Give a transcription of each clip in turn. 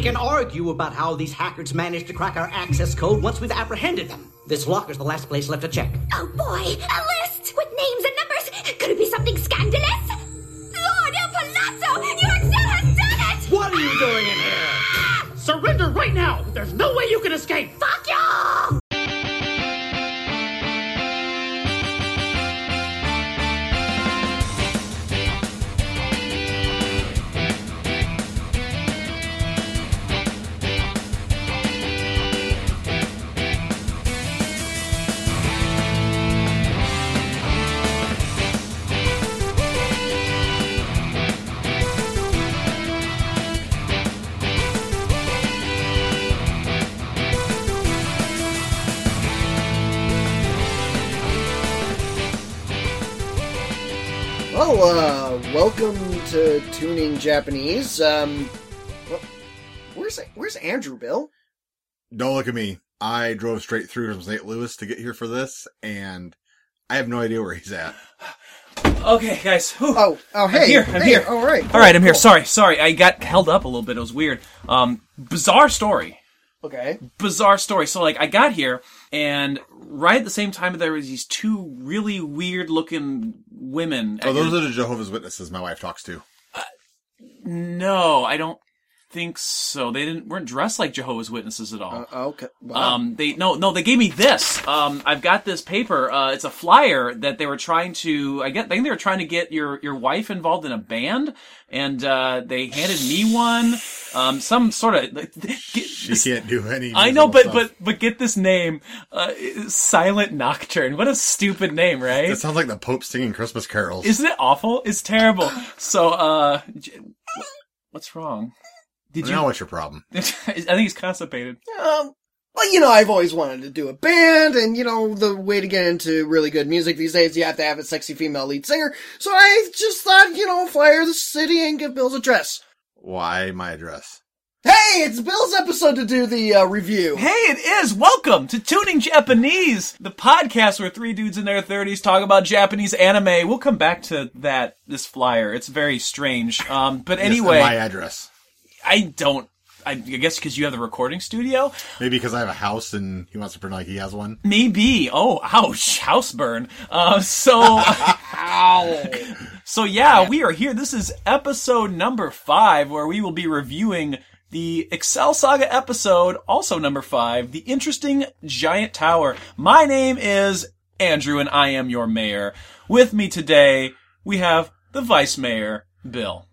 can argue about how these hackers managed to crack our access code once we've apprehended them. This locker's the last place left to check. Oh boy, a list with names and numbers. Could it be something scandalous? Lord El Palazzo, you Excel has done it! What are you doing in here? Surrender right now! There's no way you can escape! Fuck y'all! Well, uh, welcome to Tuning Japanese. Um, well, where's where's Andrew Bill? Don't look at me. I drove straight through from St. Louis to get here for this, and I have no idea where he's at. Okay, guys. whew. Oh, oh, hey, here, hey, I'm here. All right, Oh, All right, I'm here. cool. Sorry, sorry. I got held up a little bit. It was weird. Um, bizarre story. Okay, Bizarre story. So, like, I got here, and right at the same time, there was these two really weird looking women. Oh, those are the Jehovah's Witnesses my wife talks to. No, I don't think so. They didn't weren't dressed like Jehovah's Witnesses at all. Uh, okay. Wow. Oh. Um, they no no they gave me this. Um, I've got this paper. Uh, it's a flyer that they were trying to. I get. I think they were trying to get your your wife involved in a band, and uh, they handed me one. Um, some sort of. like, get- She can't do any. I know, but stuff. but but get this name, uh, Silent Nocturne. What a stupid name, right? That sounds like the Pope singing Christmas carols. Isn't it awful? It's terrible. So, uh, j- what's wrong? Did you? now what's your problem? I think he's constipated. Um, well, you know, I've always wanted to do a band, and you know, the way to get into really good music these days, you have to have a sexy female lead singer. So I just thought, you know, flyer the city and give Bill's address. Why my address? Hey, it's Bill's episode to do the uh, review. Hey, it is. Welcome to Tuning Japanese, the podcast where three dudes in their 30s talk about Japanese anime. We'll come back to that, this flyer. It's very strange. Um, but Yes, and anyway, my address. I don't, I guess because you have the recording studio? Maybe because I have a house and he wants to pretend like he has one. Maybe. Oh, ouch. House burn. Uh, so, so yeah, we are here. This is episode number five where we will be reviewing the Excel Saga episode, also number five, the interesting giant tower. My name is Andrew and I am your mayor. With me today, we have the vice mayor, Bill.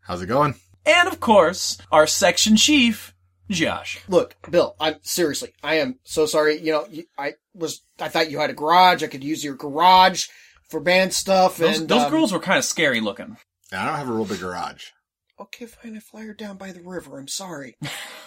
How's it going? And of course, our section chief, Josh. Look, Bill, I'm seriously, I am so sorry. You know, you- I was, I thought you had a garage. I could use your garage for band stuff. Those, and, those um, girls were kind of scary looking. I don't have a real big garage. Okay, fine. I fly her down by the river. I'm sorry.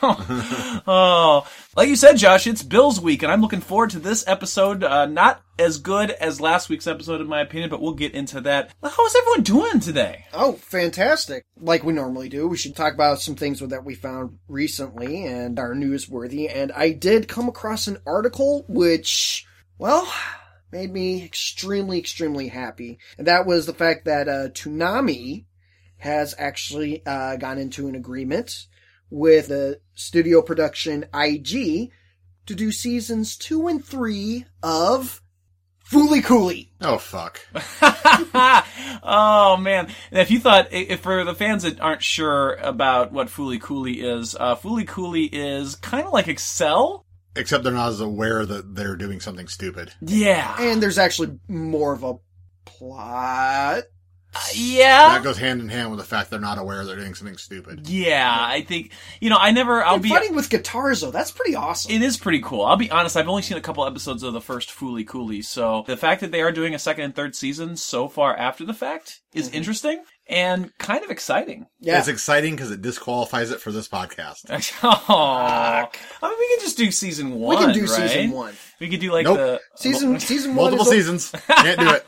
Oh, like you said, Josh, it's Bills week, and I'm looking forward to this episode. Uh, not as good as last week's episode, in my opinion, but we'll get into that. How is everyone doing today? Oh, fantastic. Like we normally do, we should talk about some things that we found recently and are newsworthy. And I did come across an article which, well, made me extremely, extremely happy. And that was the fact that uh, Toonami has actually uh, gone into an agreement with the studio production IG to do seasons two and three of Foolie Cooley. Oh fuck! oh man! And if you thought, if for the fans that aren't sure about what Foolie Cooley is, uh, Foolie Cooley is kind of like Excel. Except they're not as aware that they're doing something stupid. Yeah, And there's actually more of a plot. That yeah, goes hand in hand with the fact they're not aware they're doing something stupid. yeah. I think you know. I never. I'll I'll be. fighting with guitars though. That's pretty awesome. It is pretty cool. I'll be honest, I've only seen a couple episodes of the first Foolie Cooley, so the fact that they are doing a second and third season so far after the fact is Mm-hmm. interesting and kind of exciting. yeah. It's exciting because it disqualifies it for this podcast. Aw. I mean, we can just do season one. we can do right? season one. We could do like Nope. the Season season one. Multiple is o- seasons. Can't do it.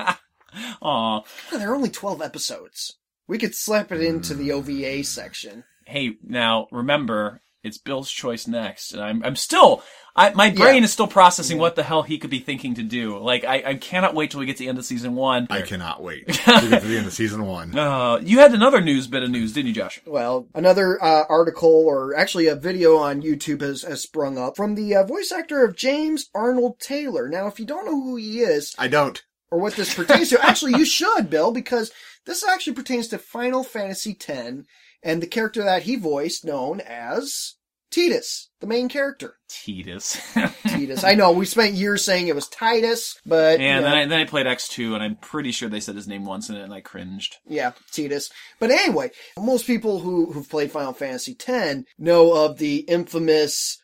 Aw. There are only twelve episodes. We could slap it into the OVA section. Hey, now remember, It's Bill's choice next, and I'm I'm still I my Yeah. brain is still processing what the hell he could be thinking to do. Like I, I cannot wait till we get to the end of season one. I cannot wait to get to the end of season one. Uh, you had another news bit of news, didn't you, Josh? Well, another uh, article, or actually a video on YouTube has, has sprung up from the uh, voice actor of James Arnold Taylor. Now, if you don't know who he is I don't. or what this pertains to, actually, you should, Bill, because this actually pertains to Final Fantasy X and the character that he voiced, known as Titus, the main character. Titus. Titus. I know we spent years saying it was Titus, but Yeah, you and know, then I, then I played X2, and I'm pretty sure they said his name once in it, and I cringed. Yeah, Titus. But anyway, most people who, who've played Final Fantasy X know of the infamous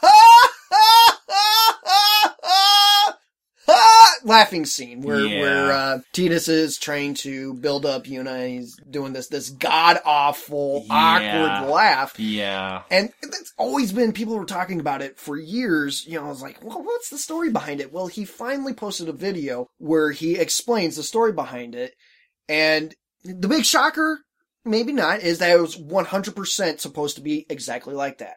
laughing scene where, Yeah. where uh, Titus is trying to build up Yuna and he's doing this, this god awful, Yeah. awkward laugh. Yeah. And it's always been people were talking about it for years. You know, I was like, well, what's the story behind it? Well, he finally posted a video where he explains the story behind it. And the big shocker, maybe not, is that it was 100% supposed to be exactly like that.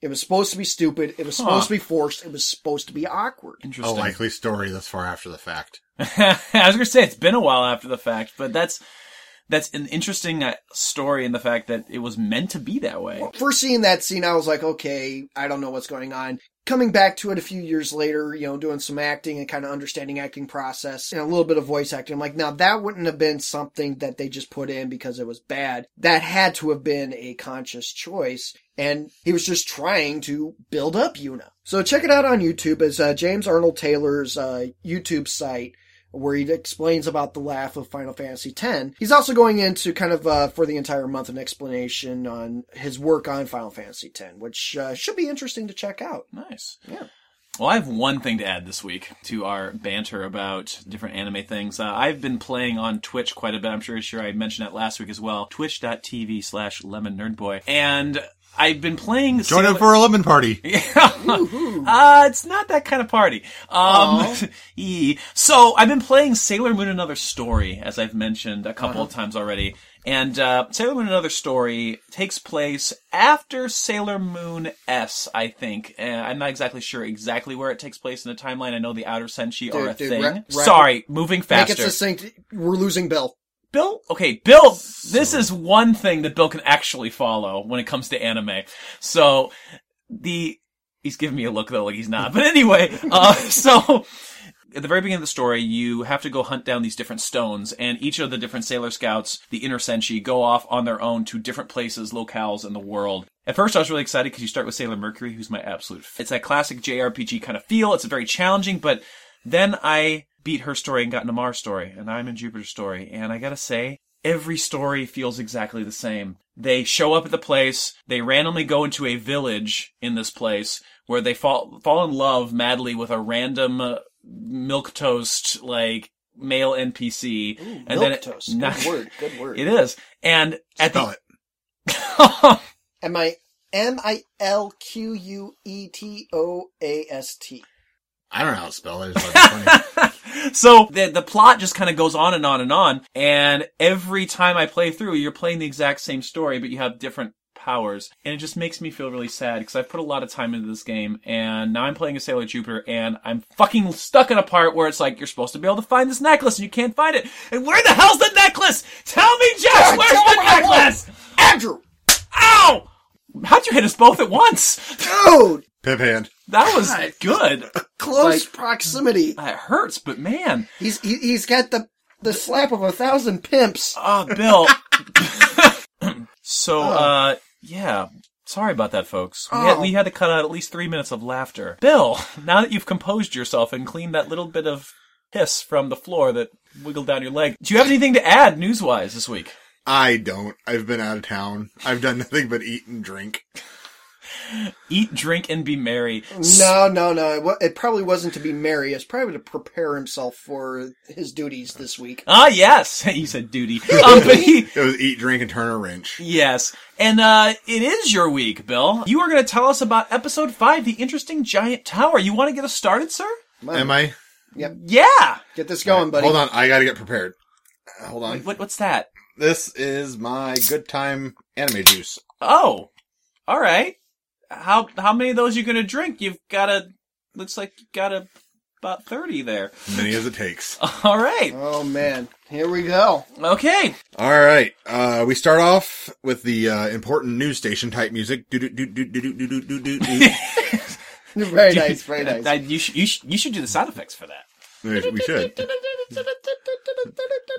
It was supposed to be stupid. It was supposed to be forced. It was supposed to be awkward. A Interesting. likely story this far after the fact. I was gonna say it's been a while after the fact, but that's that's an interesting uh, story in the fact that it was meant to be that way. First seeing that scene, I was like, okay, I don't know what's going on. Coming back to it a few years later, you know, doing some acting and kind of understanding acting process and a little bit of voice acting. I'm like, now that wouldn't have been something that they just put in because it was bad. That had to have been a conscious choice. And he was just trying to build up Yuna. So check it out on YouTube. It's uh, James Arnold Taylor's uh, YouTube site where he explains about the laugh of Final Fantasy X. He's also going into kind of uh, for the entire month an explanation on his work on Final Fantasy X, which uh, should be interesting to check out. Nice. Yeah. Well, I have one thing to add this week to our banter about different anime things. Uh, I've been playing on Twitch quite a bit. I'm sure, sure I mentioned that last week as well. Twitch.tv slash Lemon Nerd Boy. And I've been playing. Join Sailor- up for a lemon party. Uh, it's not that kind of party. Um, ee. so I've been playing Sailor Moon Another Story, as I've mentioned a Uh-huh. couple of times already. And, uh, Sailor Moon Another Story takes place after Sailor Moon S, I think. Uh, I'm not exactly sure exactly where it takes place in the timeline. I know the Outer Senshi are a dude, thing. ra- ra- Sorry, moving Make faster. it succinct. We're losing Bill. Bill, okay, Bill, this is one thing that Bill can actually follow when it comes to anime. So the, he's giving me a look though, like he's not. But anyway, uh, so at the very beginning of the story, you have to go hunt down these different stones, and each of the different Sailor Scouts, the Inner Senshi, go off on their own to different places, locales in the world. At first, I was really excited because you start with Sailor Mercury, who's my absolute. F- it's that classic JRPG kind of feel. It's very challenging, but then I beat her story and got Namar's story, and I'm in Jupiter's story, and I gotta say, every story feels exactly the same. They show up at the place, they randomly go into a village in this place where they fall fall in love madly with a random uh, milk toast like male NPC and then it- Milquetoast. Good word, good word. It is. And at Spell the it. Am I M I L Q U E T O A S T? I don't know how to spell it. It's fucking funny. So the the plot just kind of goes on and on and on. And every time I play through, you're playing the exact same story, but you have different powers. And it just makes me feel really sad because I've put a lot of time into this game and now I'm playing a Sailor Jupiter and I'm fucking stuck in a part where it's like, you're supposed to be able to find this necklace and you can't find it. And where the hell's the necklace? Tell me, Jess, where's tell the me what I want. necklace? Andrew, Ow! How'd you hit us both at once? dude, Pip hand. That was good. close proximity. That hurts, but man. He's he, he's got the the slap of a thousand pimps. Ah, Bill. so, uh, yeah. Sorry about that, folks. We, had, we had to cut out at least three minutes of laughter. Bill, now that you've composed yourself and cleaned that little bit of hiss from the floor that wiggled down your leg, do you have anything to add news-wise this week? I don't. I've been out of town. I've done nothing but eat and drink. Eat, drink, and be merry. No, no, no. It, wa- it probably wasn't to be merry. It's probably to prepare himself for his duties this week. Ah, yes. you said duty. Um, but he, It was eat, drink, and turn a wrench. Yes. And uh it is your week, Bill. You are going to tell us about episode 5, The Interesting Giant Tower. You want to get us started, sir? Am I? Yeah. Get this going, buddy. Hold on. I gotta get prepared. Uh, Hold on. What what's that? This is my good time anime juice. Oh. All right. how how many of those you gonna drink? You've got a looks like you got a about thirty there. Many as it takes. All right, Oh man, here we go. okay. All right. Uh, we start off with the uh, important news station type music. Doo doo doo doo doo doo doo doo doo doo. Very nice, very nice. That- you, sh- you, sh- you should do the sound effects for that. We we should.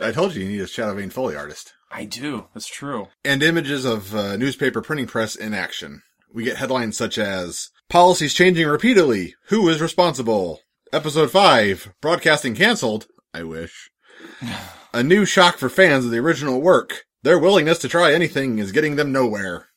I told you you need a Shadow Vein Foley artist. I do. That's true. and images of uh, newspaper printing press in action. We get headlines such as policies changing repeatedly. Who is responsible? Episode five, broadcasting canceled. I wish. A new shock for fans of the original work. Their willingness to try anything is getting them nowhere.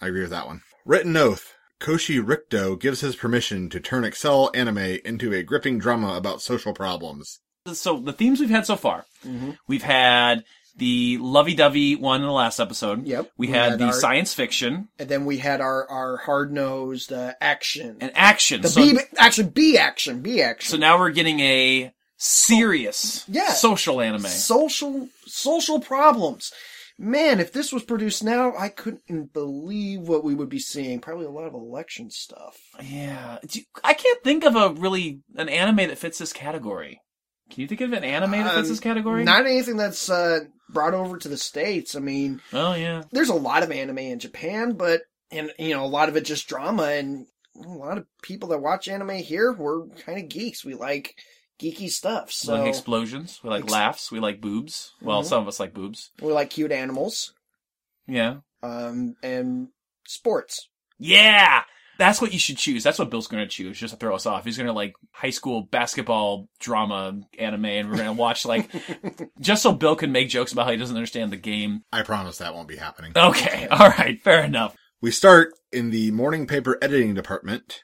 I agree with that one. Written oath. Koshi Rikdo gives his permission to turn Excel anime into a gripping drama about social problems. So the themes we've had so far, Mm-hmm. we've had the lovey-dovey one in the last episode. Yep. We, We had, had the our- science fiction And then we had our our hard nosed uh, action. and action. the so, B actually B action, B action. so now we're getting a serious Yeah. social anime. social social problems. Man, if this was produced now, I couldn't believe what we would be seeing. Probably a lot of election stuff. yeah. Do you- I can't think of a really an anime that fits this category. Can you think of an anime that Um, fits this category? Not anything that's uh, brought over to the states. I mean, oh yeah. there's a lot of anime in Japan, but and you know a lot of it just drama, and a lot of people that watch anime here we're kind of geeks. We like geeky stuff, we so like explosions. We like Ex- Mm-hmm. laughs. We like boobs. Well, some of us like boobs. we like cute animals, Yeah. um, and sports. Yeah. That's what you should choose. That's what Bill's going to choose just to throw us off. He's going to like high school basketball drama anime and we're going to watch like just so Bill can make jokes about how he doesn't understand the game. I promise that won't be happening. Okay. All right. Fair enough. We start in the morning paper editing department.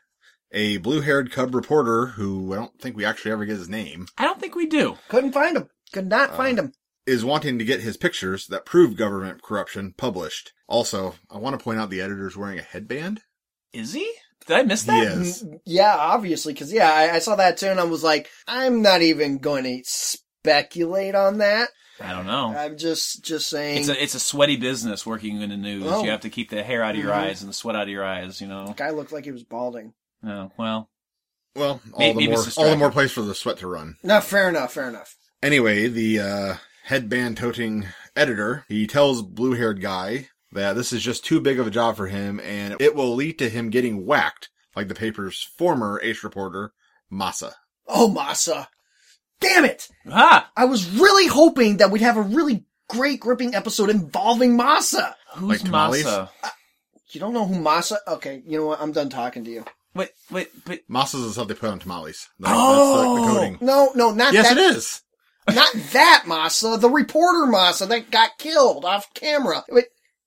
A blue haired cub reporter who I don't think we actually ever get his name I don't think we do. Couldn't find them. Could not find them. is wanting to get his pictures that prove government corruption published. Also, I want to point out the editor's wearing a headband. Is he? Did I miss that? Yes. Mm, Yeah, obviously, because yeah, I, I saw that too, and I was like, I'm not even going to speculate on that. I don't know. I'm just just saying. Oh. It's a, it's a sweady business working in the news. Oh. Mm-hmm. You have to keep the hair out of your eyes and the sweat out of your eyes, you know? guy looked like he was balding. No. Well, Well, all Maybe the it's more, all the distracting. more place for the sweat to run. No, fair enough, fair enough. Anyway, the uh, headband toting editor, he tells blue haired guy that this is just too big of a job for him and it will lead to him getting whacked like the paper's former ace reporter, Massa. Oh, Masa, damn it! ah, I was really hoping that we'd have a really great gripping episode involving Masa. who's Like tamales? Masa? You don't know who Masa? Okay, you know what? I'm done talking to you. Wait, wait, but Massa's is how they put on tamales. That- Oh! That's the, the coating. No, no, not Yes, that. it is. Not that Masa. The reporter Masa that got killed off camera. Wait,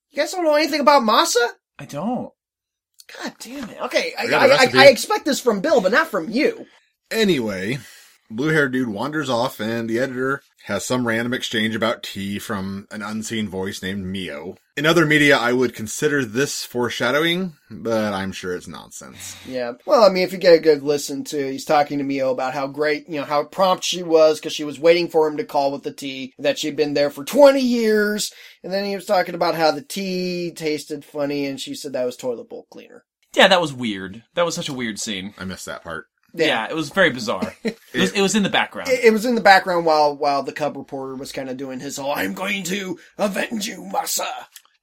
you guys don't know anything about Masa? I don't. God damn it. Okay, I, I got a I, I, recipe. I expect this from Bill, but not from you. Anyway, blue haired dude wanders off, and the editor has some random exchange about tea from an unseen voice named Mio. In other media, I would consider this foreshadowing, but I'm sure it's nonsense. Yeah. Well, I mean, if you get a good listen to, he's talking to Mio about how great, you know, how prompt she was because she was waiting for him to call with the tea, that she'd been there for 20 years. And then he was talking about how the tea tasted funny and she said that was toilet bowl cleaner. Yeah, that was weird. That was such a weird scene. I missed that part. Yeah, it was very bizarre. it, was, it was in the background. It, it was in the background while, while the cub reporter was kind of doing his, oh, I'm going to avenge you, Masa.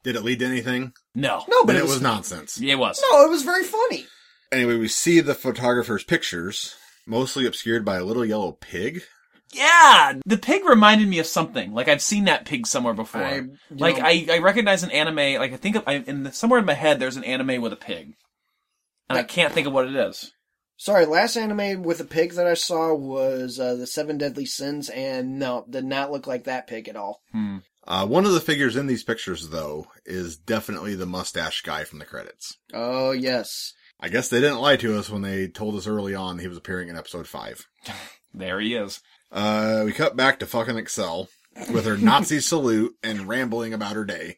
Did it lead to anything? no. No, Oh, but But it, it was, was nonsense. It was. no, it was very funny. Anyway, we see the photographer's pictures, mostly obscured by a little yellow pig. Yeah! The pig reminded me of something. Like, I've seen that pig somewhere before. I- you like, know- I, I recognize an anime. Like, I think of, I, in the, somewhere in my head, there's an anime with a pig. And I can't think of what it is. Sorry, last anime with a pig that I saw was uh, the Seven Deadly Sins, and no, did not look like that pig at all. Uh, one of the figures in these pictures, though, is definitely the mustache guy from the credits. Oh yes, I guess they didn't lie to us when they told us early on he was appearing in episode five. There he is. Uh, we cut back to fucking Excel with her Nazi salute and rambling about her day.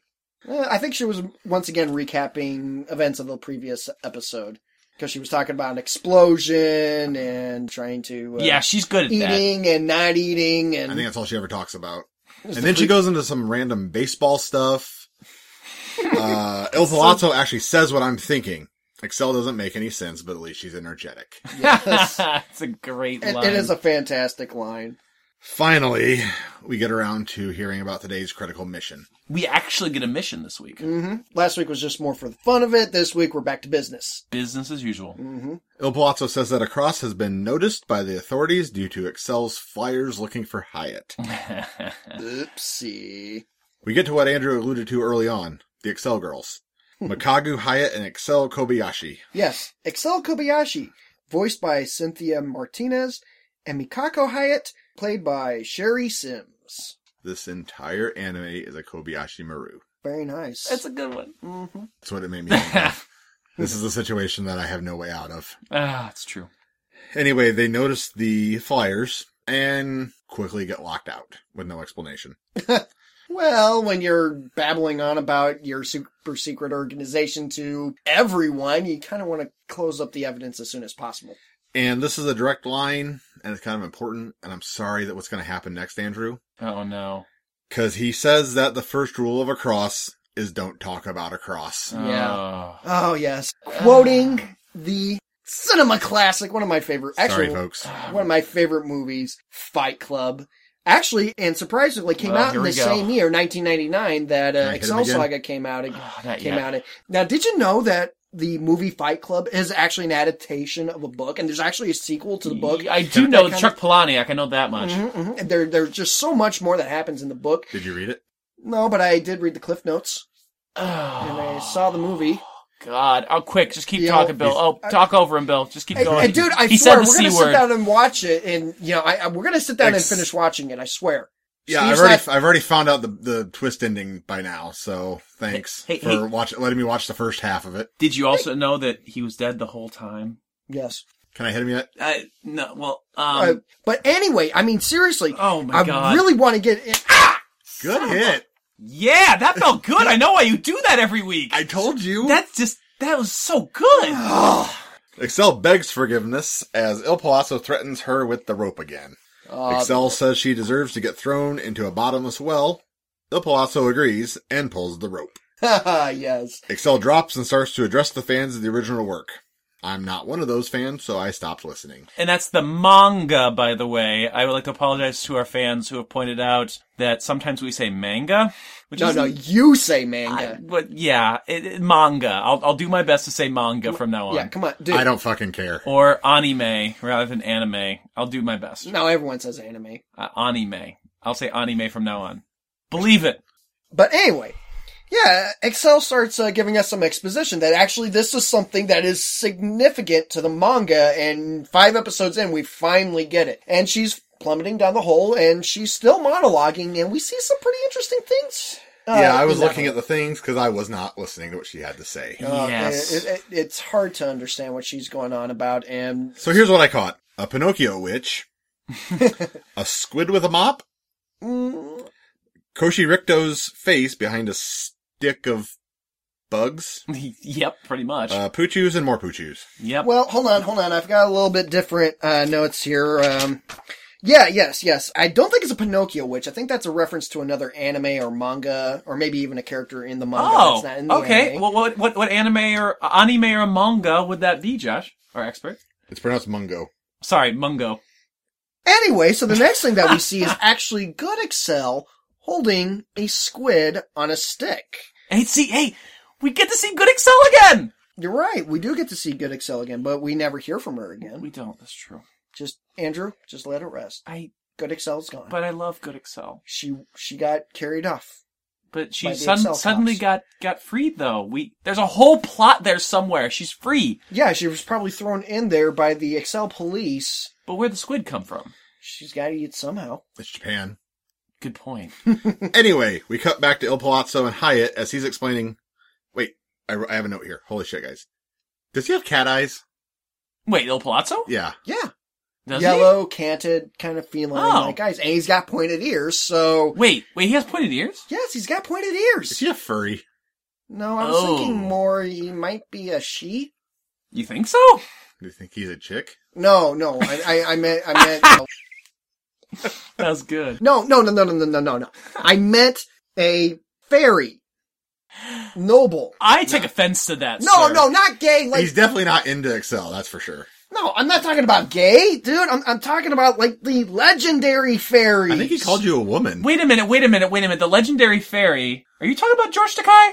Uh, I think she was once again recapping events of the previous episode because she was talking about an explosion and trying to uh, yeah, she's good at that. eating and not eating I and think that's all she ever talks about. And then she goes into some random baseball stuff. Uh, Il Palazzo actually says what I'm thinking. Excel doesn't make any sense, but at least she's energetic. it's a great It, line. it is a fantastic line. Finally, we get around to hearing about today's critical mission. we actually get a mission this week. Mm. Last week was just more for the fun of it. This week we're back to business. Business as usual. Mm. Il Palazzo says that a cross has been noticed by the authorities due to Excel's flyers looking for Hyatt. Oopsie. We get to what Andrew alluded to early on the Excel girls. Makagu Hyatt and Excel Kobayashi. Yes, Excel Kobayashi, voiced by Cynthia Martinez, and Mikako Hyatt, played by Sherry Sims. This entire anime is a Kobayashi Maru. Very nice. That's a good one. That's what it made me think of. This is a situation that I have no way out of. Ah, it's true. Anyway, they notice the flyers and quickly get locked out with no explanation. Well, when you're babbling on about your super secret organization to everyone, you kind of want to close up the evidence as soon as possible. And this is a direct line, and it's kind of important, and I'm sorry that what's going to happen next, Andrew. Oh no. Because he says that the first rule of a cross is don't talk about a cross. Yeah. Yeah. Oh, yes. Quoting the cinema classic, one of my favorite, Sorry, actually, folks. one of my favorite movies, Fight Club. Actually, and surprisingly, came Well, out in here the we go. same year, 1999, that Can I uh, hit him Excel again? Saga came out. ag- ah, not came yet. out. in- Now, did you know that the movie Fight Club is actually an adaptation of a book, and there's actually a sequel to the book? I do That know kind of- Chuck Palahniuk. I know that much. Mhm. There, there's just so much more that happens in the book. Did you read it? No, but I did read the Cliff Notes and Oh I saw the movie. God! Oh, quick! Just keep You know, talking, Bill. Oh, talk over him, Bill. Just keep Hey, going. hey, dude, I Oh, he swear said the we're gonna c sit word. down and watch it, and you know, I, I- we're gonna sit down Ex- and finish watching it. I swear. Yeah, Steve's I've already not- I've already found out the the twist ending by now. So thanks Hey, hey, for hey. watch letting me watch the first half of it. Did you also know that he was dead the whole time? yes. Can I hit him yet? I no. Well, Uh, um, but anyway, I mean, seriously. Oh my I God. really want to get. In. Good hit. yeah, that felt good. I know why you do that every week. I told you. That's just that was so Ah, good. Excel begs forgiveness as Il Palazzo threatens her with the rope again. Excel says she deserves to get thrown into a bottomless well. Il Palazzo agrees and pulls the rope. yes. Excel drops and starts to address the fans of the original work. I'm not one of those fans, so I stopped listening. And that's the manga, by the way. I would like to apologize to our fans who have pointed out that sometimes we say manga, which No, is no. You say manga. But yeah, it, it- manga. I'll I'll do my best to say manga from now on. yeah, come on, dude. I don't fucking care. or anime rather than anime. I'll do my best. No, everyone says anime. Uh, anime. I'll say anime from now on. Believe it. But anyway, yeah, Excel starts uh, giving us some exposition that actually this is something that is significant to the manga, and five episodes in, we finally get it. And she's plummeting down the hole, and she's still monologuing, and we see some pretty interesting things. uh, yeah, I was in that looking one. at the things because I was not listening to what she had to say. Uh, yes. it- it- it's hard to understand what she's going on about, and So here's what I caught. A Pinocchio witch. a squid with a mop. mm, Koshi Ricto's face behind a stick of bugs. yep, pretty much. Uh, poochoos and more poochoos. yep. Well, hold on, hold on. I've got a little bit different uh, notes here. Um, yeah, yes, yes. I don't think it's a Pinocchio witch. I think that's a reference to another anime or manga, or maybe even a character in the manga oh, that's not in the okay. anime. Well, what what what anime or uh, anime or manga would that be, Josh? Our expert. It's pronounced mungo. Sorry, mungo. Anyway, so the next thing that we see is actually Good Excel holding a squid on a stick. Hey, see, hey, we get to see Good Excel again. You're right. We do get to see Good Excel again, but we never hear from her again. We don't. That's true. Just Andrew, just let it rest. I. Good Excel's gone. But I love Good Excel. she she got carried off. But By she the sudden Excel suddenly cops. got got freed though. We there's a whole plot there somewhere. She's free. Yeah, she was probably thrown in there by the Excel police. But where'd the squid come from? She's got to eat somehow. It's Japan. Good point. anyway, we cut back to Il Palazzo and Hyatt as he's explaining. Wait, I, I have a note here. Holy shit, guys. Does he have cat eyes? Wait, Il Palazzo? Yeah. Yeah. Does he? Yellow, canted, kind of feline Oh. like eyes. And he's got pointed ears, so. Wait, wait, he has pointed ears? Yes, he's got pointed Is ears. he a furry? No, I was Oh. thinking more he might be a she. You think so? Do you think he's a chick? No, no, I, I, I meant, I meant, no. That was good. no, no, no, no, no, no, no, no. I meant a fairy. noble. I take offense to that. No, sir. no, not gay. Like He's definitely not into Excel, that's for sure. no, I'm not talking about gay, dude. I'm I'm talking about like the legendary fairies. I think he called you a woman. Wait a minute, wait a minute, wait a minute. The legendary fairy. Are you talking about George Takai?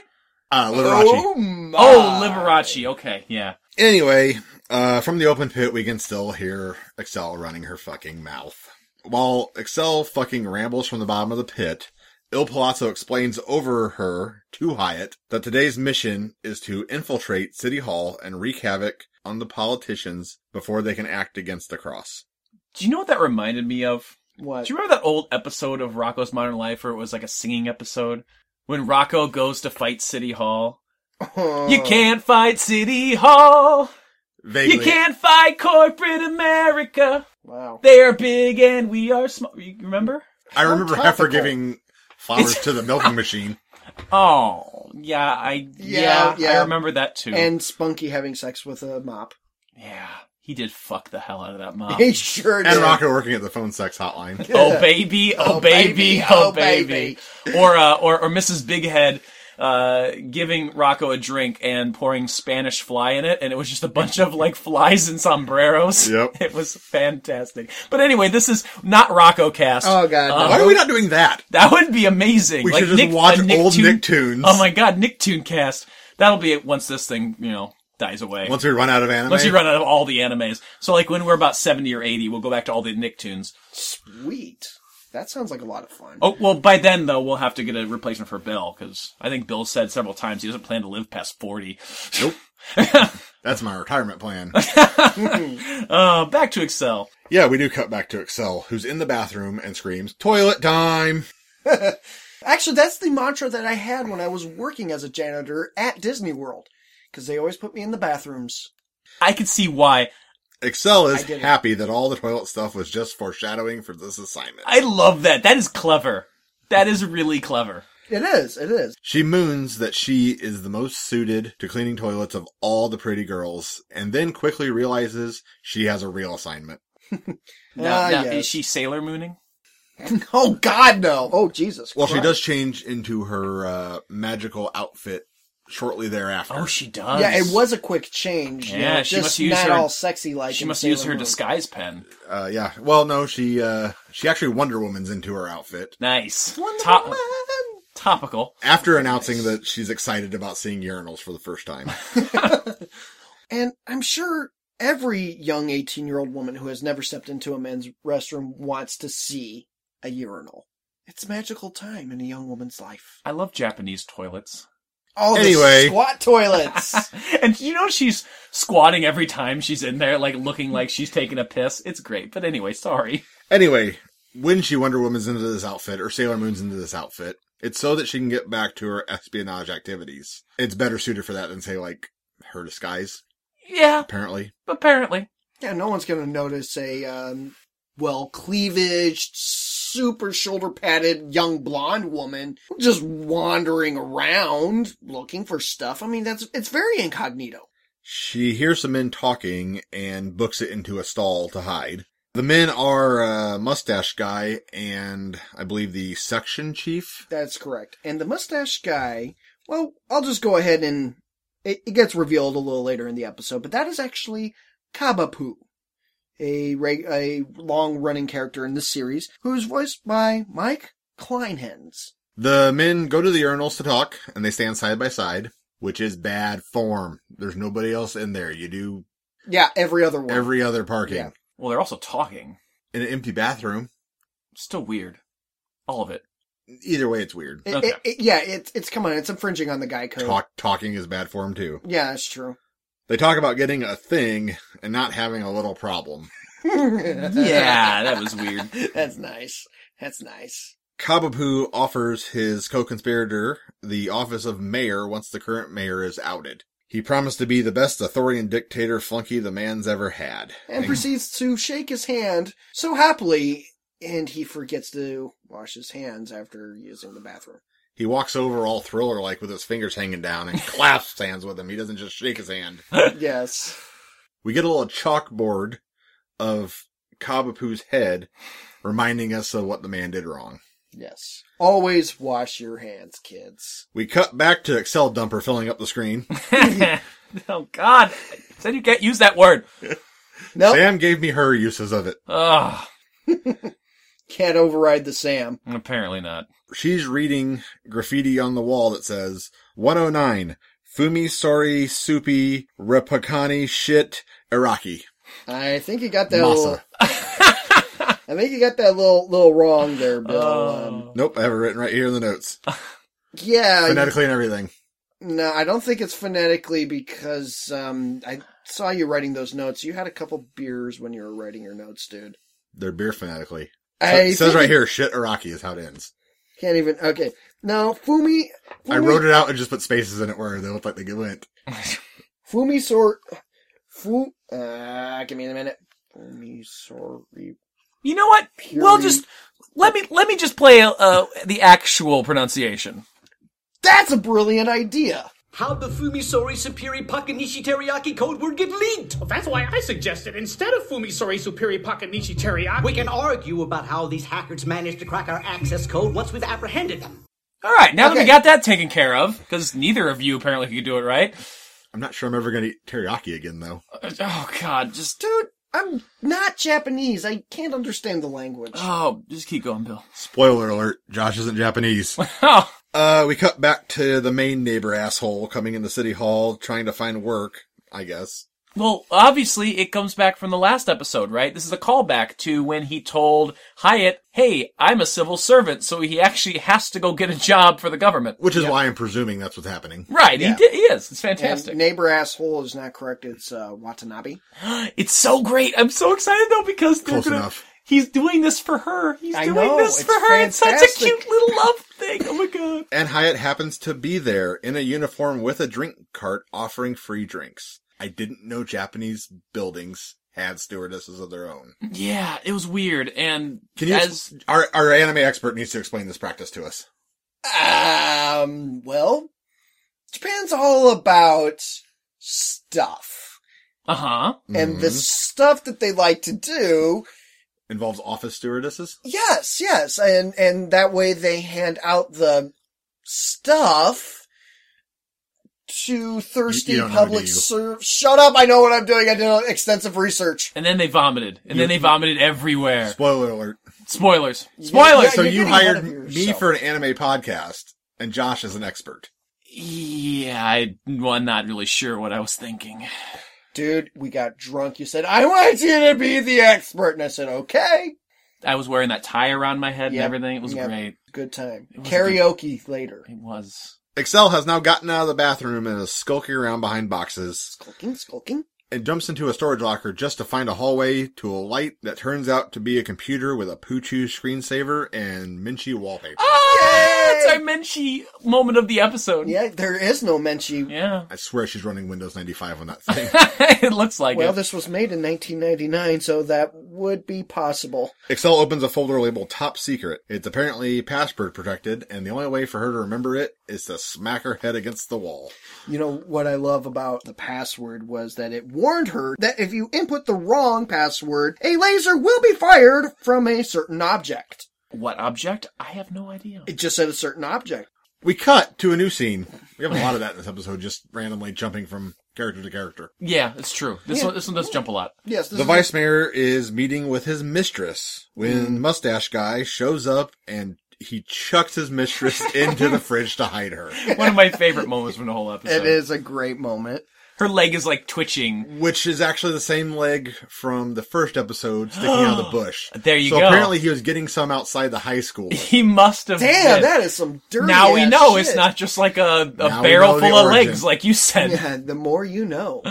Uh, Liberace. Oh my! Oh, Liberace. Okay, yeah. Anyway, uh, from the open pit, we can still hear Excel running her fucking mouth. While Excel fucking rambles from the bottom of the pit, Il Palazzo explains over her to Hyatt that today's mission is to infiltrate City Hall and wreak havoc on the politicians before they can act against the cross. Do you know what that reminded me of? What? Do you remember that old episode of Rocco's Modern Life where it was like a singing episode? When Rocco goes to fight City Hall. Oh. You can't fight City Hall. Vaguely. You can't fight corporate America. Wow. They are big and we are small. You remember? I remember How topical. Heifer giving flowers to the milking machine. Oh, yeah, I Yeah, yeah, yeah. I remember that too. And Spunky having sex with a mop. yeah, he did fuck the hell out of that mom. He sure did. And Rocco working at the phone sex hotline. Oh baby, oh, Oh, baby, baby, oh oh, baby. Or uh, or or Mrs. Bighead uh giving Rocco a drink and pouring Spanish fly in it and it was just a bunch of like flies and sombreros. Yep. It was fantastic. But anyway, this is not Rocco cast. Um, Oh god. no. Why are we not doing that? That would be amazing. We like should just Nick, watch a old Nicktoon- Nicktoons. Oh my god, Nicktoon cast. That'll be it once this thing, you know, dies away. Once we run out of anime. Once you run out of all the animes. So like when we're about 70 or 80, we'll go back to all the Nicktoons. Sweet. That sounds like a lot of fun. Oh, well, by then though, we'll have to get a replacement for Bill, cause I think Bill said several times he doesn't plan to live past 40. Nope. That's my retirement plan. Uh, back to Excel. Yeah, we do cut back to Excel, who's in the bathroom and screams, Toilet time! Actually, that's the mantra that I had when I was working as a janitor at Disney World. Because they always put me in the bathrooms. I can see why. Excel is I get it. happy that all the toilet stuff was just foreshadowing for this assignment. I love that. That is clever. That is really clever. It is, it is. She moons that she is the most suited to cleaning toilets of all the pretty girls, and then quickly realizes she has a real assignment. Now, Ah, now, yes. is she Sailor Mooning? Oh god no. Oh Jesus. Well, she Christ. does change into her uh, magical outfit shortly thereafter. Oh, she does. Yeah, it was a quick change. you Yeah, know, she just must use not her- all sexy like. She in must Sailor use her Moon. disguise pen. Uh, yeah. Well, no, she uh, she actually Wonder Woman's into her outfit. Nice. Top- topical. After announcing that she's excited about seeing urinals for the first time. And I'm sure every young 18 year old woman who has never stepped into a men's restroom wants to see a urinal. It's a magical time in a young woman's life. I love Japanese toilets. All the Anyway. squat toilets. And you know she's squatting every time she's in there, like looking like she's taking a piss. It's great. But anyway, sorry. Anyway, when she Wonder Woman's into this outfit or Sailor Moon's into this outfit, it's so that she can get back to her espionage activities. It's better suited for that than say like her disguise, Yeah, apparently. apparently. yeah, no one's going to notice a um, well cleavaged, super shoulder padded young blonde woman just wandering around looking for stuff. I mean, that's it's very incognito. She hears some men talking and books it into a stall to hide. The men are uh, mustache guy and I believe the section chief. That's correct. And the mustache guy, well, I'll just go ahead and it, it gets revealed a little later in the episode, but that is actually Kabapu, a reg, a long running character in this series, who's voiced by Mike Kleinhans. The men go to the urinals to talk and they stand side by side, which is bad form. There's nobody else in there. You do Yeah, every other one. every other parking Yeah. Well, they're also talking. in an empty bathroom. Still weird. All of it. Either way, it's weird. It- Okay. it- it- yeah, it's it's come on, it's infringing on the guy code. Talk, talking is bad form too. Yeah, that's true. They talk about getting a thing and not having a little problem. Yeah, Ah, that was weird. that's nice. That's nice. Kabapu offers his co-conspirator the office of mayor once the current mayor is outed. He promised to be the best authoritarian dictator flunky the man's ever had. and proceeds to shake his hand so happily, and he forgets to wash his hands after using the bathroom. He walks over all thriller like with his fingers hanging down and clasps hands with him. He doesn't just shake his hand. yes. We get a little chalkboard of Kabapu's head reminding us of what the man did wrong. Yes. Always wash your hands, kids. We cut back to Excel dumper filling up the screen. Oh God! I said you can't use that word. No, Sam gave me her uses of it. Ugh. can't override the Sam. Apparently not. She's reading graffiti on the wall that says 109 Fumi Sori Soupy Repakani Shit Iraqi. I think you got that. Little, Masa. I think you got that little little wrong there, Bill. Um, Nope, I have it written right here in the notes. yeah, you- Phonetically and everything. No, I don't think it's phonetically because um, I saw you writing those notes. You had a couple beers when you were writing your notes, dude. They're beer phonetically. So- I it says think- right here, shit Iraqi is how it ends. Can't even. Okay, no, Fumi. Fumi I wrote it out and just put spaces in it where they looked like they went. Fumi sor. Fu. Uh, give me a minute. Fumi sorry. You know what? Puri- Well, just let me let me just play uh, the actual pronunciation. That's a brilliant idea. How'd the Fumisori Supiri Pakanishi Teriyaki code word get leaked? That's why I suggested instead of Fumisori Supiri Pakanishi Teriyaki, We can argue about how these hackers managed to crack our access code once we've apprehended them. All right, now that we Okay. got that taken care of, because neither of you apparently could do it right. I'm not sure I'm ever going to eat teriyaki again though. Uh, Oh God, just Dude, I'm not Japanese. I can't understand the language. Ah, oh, just keep going, Bill. Spoiler alert, Josh isn't Japanese. Oh, Uh, we cut back to the main neighbor asshole coming into City Hall trying to find work, I guess. well, obviously it comes back from the last episode, right? This is a callback to when he told Hyatt, "Hey, I'm a civil servant," so he actually has to go get a job for the government. Which is why I'm presuming that's what's happening. Right? He, Yeah. did, he is. It's and fantastic. neighbor asshole is not correct. It's uh, Watanabe. It's so great. I'm so excited though because they're Close gonna- enough. he's doing this for her. He's I doing know, this for it's her. It's such a fantastic. cute little love thing. Oh my god. And Hyatt happens to be there in a uniform with a drink cart offering free drinks. I didn't know Japanese buildings had stewardesses of their own. Yeah, it was weird. And Can you, as our, our anime expert needs to explain this practice to us. Um, well, Japan's all about stuff. uh huh. And Mm-hmm. the stuff that they like to do, Involves office stewardesses? yes, yes. And, and that way they hand out the stuff to thirsty You- you don't know, public do you? serve. Shut up. I know what I'm doing. I did extensive research. And then they vomited. And then they vomited everywhere. Spoiler alert. Spoilers. Spoilers. So You're you getting ahead hired of me yourself. for an anime podcast and Josh is an expert. Yeah, I, well, I'm not really sure what I was thinking. Dude, we got drunk. You said, I want you to be the expert. And I said, okay. I was wearing that tie around my head and Yep, everything. It was yep. great. Good time. was a good- Karaoke later. It was. Excel has now gotten out of the bathroom and is skulking around behind boxes. Skulking, skulking. and jumps into a storage locker just to find a hallway to a light that turns out to be a computer with a Poochu screensaver and Minchi wallpaper. Oh! Ah, it's our Menchie moment of the episode. Yeah, there is no Menchie. Yeah. I swear she's running Windows 95 on that thing. it looks like Well, it. this was made in 1999, so that would be possible. Excel opens a folder labeled Top Secret. It's apparently password protected, and the only way for her to remember it is to smack her head against the wall. You know, what I love about the password was that it warned her that if you input the wrong password, a laser will be fired from a certain object. What object? I have no idea. It just said a certain object. We cut to a new scene. We have a lot of that in this episode, just randomly jumping from character to character. Yeah, it's true. This one, this one does jump a lot. Yes, this The is vice mayor is meeting with his mistress Mm. when mustache guy shows up and he chucks his mistress into the fridge to hide her, One of my favorite moments from the whole episode. it is a great moment. Her leg is like twitching. which is actually the same leg from the first episode sticking out of the bush. There you so go. apparently he was getting some outside the high school. He must have. Damn, been. that is some dirty. now we ass know shit. it's not just like a, a Now we barrel know the full of origin. legs, like you said. Yeah, the more you know.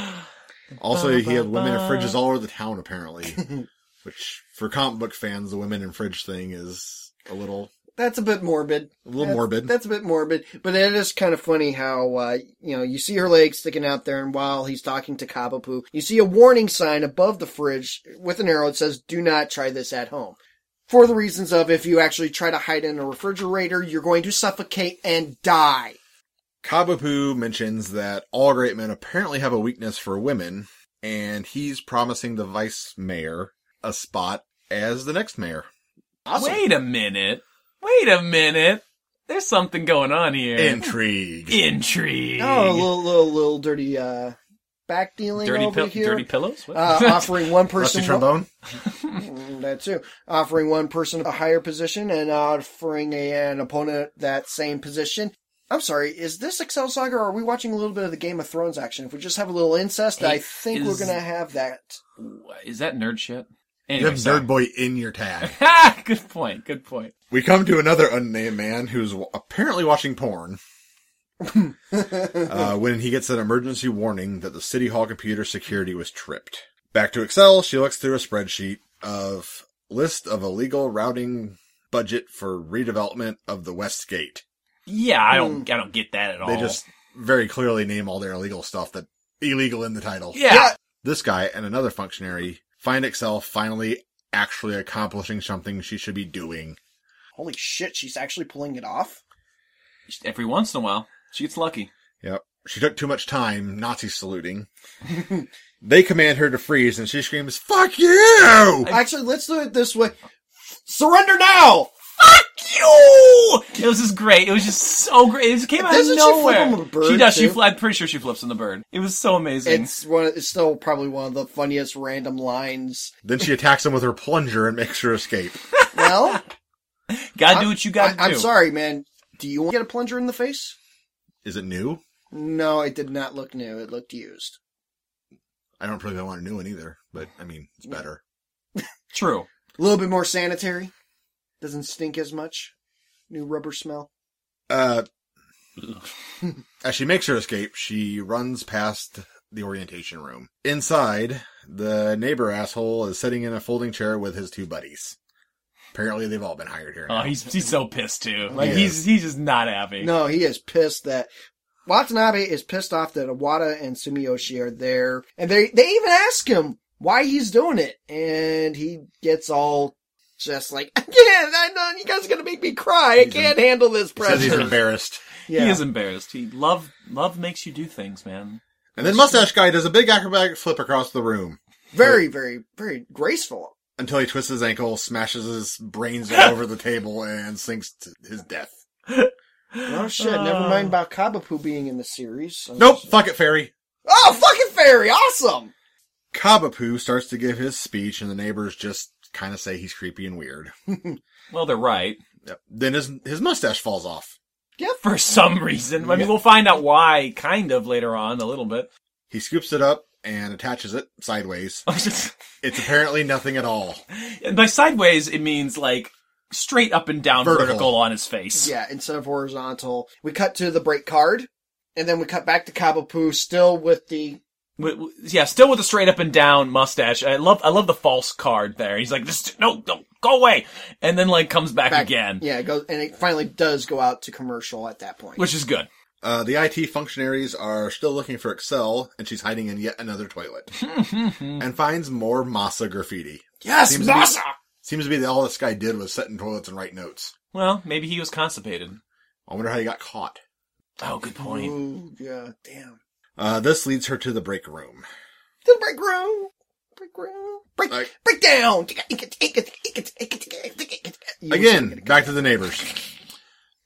Also, he had women in fridges all over the town apparently, which for comic book fans, the women in fridge thing is a little That's a bit morbid. a little That's- morbid. That's a bit morbid, but it is kind of funny how uh, you know you see her leg sticking out there, and while he's talking to Kabapu, you see a warning sign above the fridge with an arrow that says "Do not try this at home." For the reasons of if you actually try to hide in a refrigerator, you're going to suffocate and die. Kabapu mentions that all great men apparently have a weakness for women, and he's promising the vice mayor a spot as the next mayor. Wait a minute. Wait a minute. There's something going on here. Intrigue. Intrigue. Oh, a little, little, little dirty uh, back dealing dirty, over pill- here. dirty pillows. What? uh, offering one Rusty person trombone. that too, offering one person a higher position and offering a, an opponent that same position. I'm sorry, is this Excel Saga or are we watching a little bit of the Game of Thrones action? If we just have a little incest, I think is- we're gonna have that. Is that nerd shit? You Anyway, have sorry. Nerd Boy in your tag. Ha! Good point. Good point. We come to another unnamed man who's w- apparently watching porn. uh, when he gets an emergency warning that the City Hall computer security was tripped. Back to Excel, she looks through a spreadsheet of list of illegal routing budget for redevelopment of the West Gate. Yeah, I Hmm. don't. I don't get that at all. They just very clearly name all their illegal stuff that illegal in the title. Yeah. This guy and another functionary find Excel finally actually accomplishing something she should be doing. Holy shit, she's actually pulling it off. Every once in a while, she gets lucky. Yep. She took too much time Nazi saluting. they command her to freeze and she screams, Fuck you! Actually, let's do it this way. Surrender now. Yo! It was just great. It was just so great. It just came out Doesn't of she flip nowhere. him with a bird, she does. She too? fl- I'm pretty sure she flips on the bird. It was so amazing. It's one. It's still probably one of the funniest random lines. Then she attacks him with her plunger and makes her escape. Well, gotta do what you gotta I, I'm do. sorry, man. Do you want to get a plunger in the face? Is it new? No, it did not look new. It looked used. I don't really want a new one either, but I mean, it's better. True. A little bit more sanitary. Doesn't stink as much. New rubber smell. Uh, as she makes her escape, she runs past the orientation room. Inside, the neighbor asshole is sitting in a folding chair with his two buddies. Apparently, they've all been hired here. Oh, now. he's he's so pissed too. Like Yeah. he's he's just not happy. No, he is pissed that Watanabe is pissed off that Iwata and Sumiyoshi are there, and they they even ask him why he's doing it, and he gets all just like, "I can't. I know you guys are gonna make me cry. I can't handle this Says he's pressure." embarrassed. Yeah. He is embarrassed. He love love makes you do things, man. And then Mustache Guy does a big acrobatic flip across the room very, very, very graceful. until he twists his ankle, smashes his brains all over the table, and sinks to his death. Oh shit! never mind about Kabapu being in the series. Uh. Nope, fuck it, Fairy. Oh fucking fairy! Awesome. Kabapu starts to give his speech, and the neighbors just kind of say he's creepy and weird. Well, they're right Yep. Then his his mustache falls off. for some reason. I mean, we'll find out why, kind of later on, a little bit. He scoops it up and attaches it sideways. It's apparently nothing at all. And by sideways, it means like straight up and down Vertical. vertical, on his face. Yeah, instead of horizontal. We cut to the break card, and then we cut back to Kabapu still with the W- w- yeah, still with a straight up and down mustache. I love, I love the false card there. He's like, this, no, no, go away. And then like comes back, again, Yeah, it goes and it finally does go out to commercial at that point. which is good. Uh, the IT functionaries are still looking for Excel, and she's hiding in yet another toilet, and finds more Masa graffiti. yes, Seems to be- Seems to be that all this guy did was sit in toilets and write notes. Well, maybe he was constipated. I wonder how he got caught. Oh, good point. Ooh, yeah, damn. Uh, this leads her to the break room. To the break room. Break room. Break Like- break down. Again, back to the neighbors.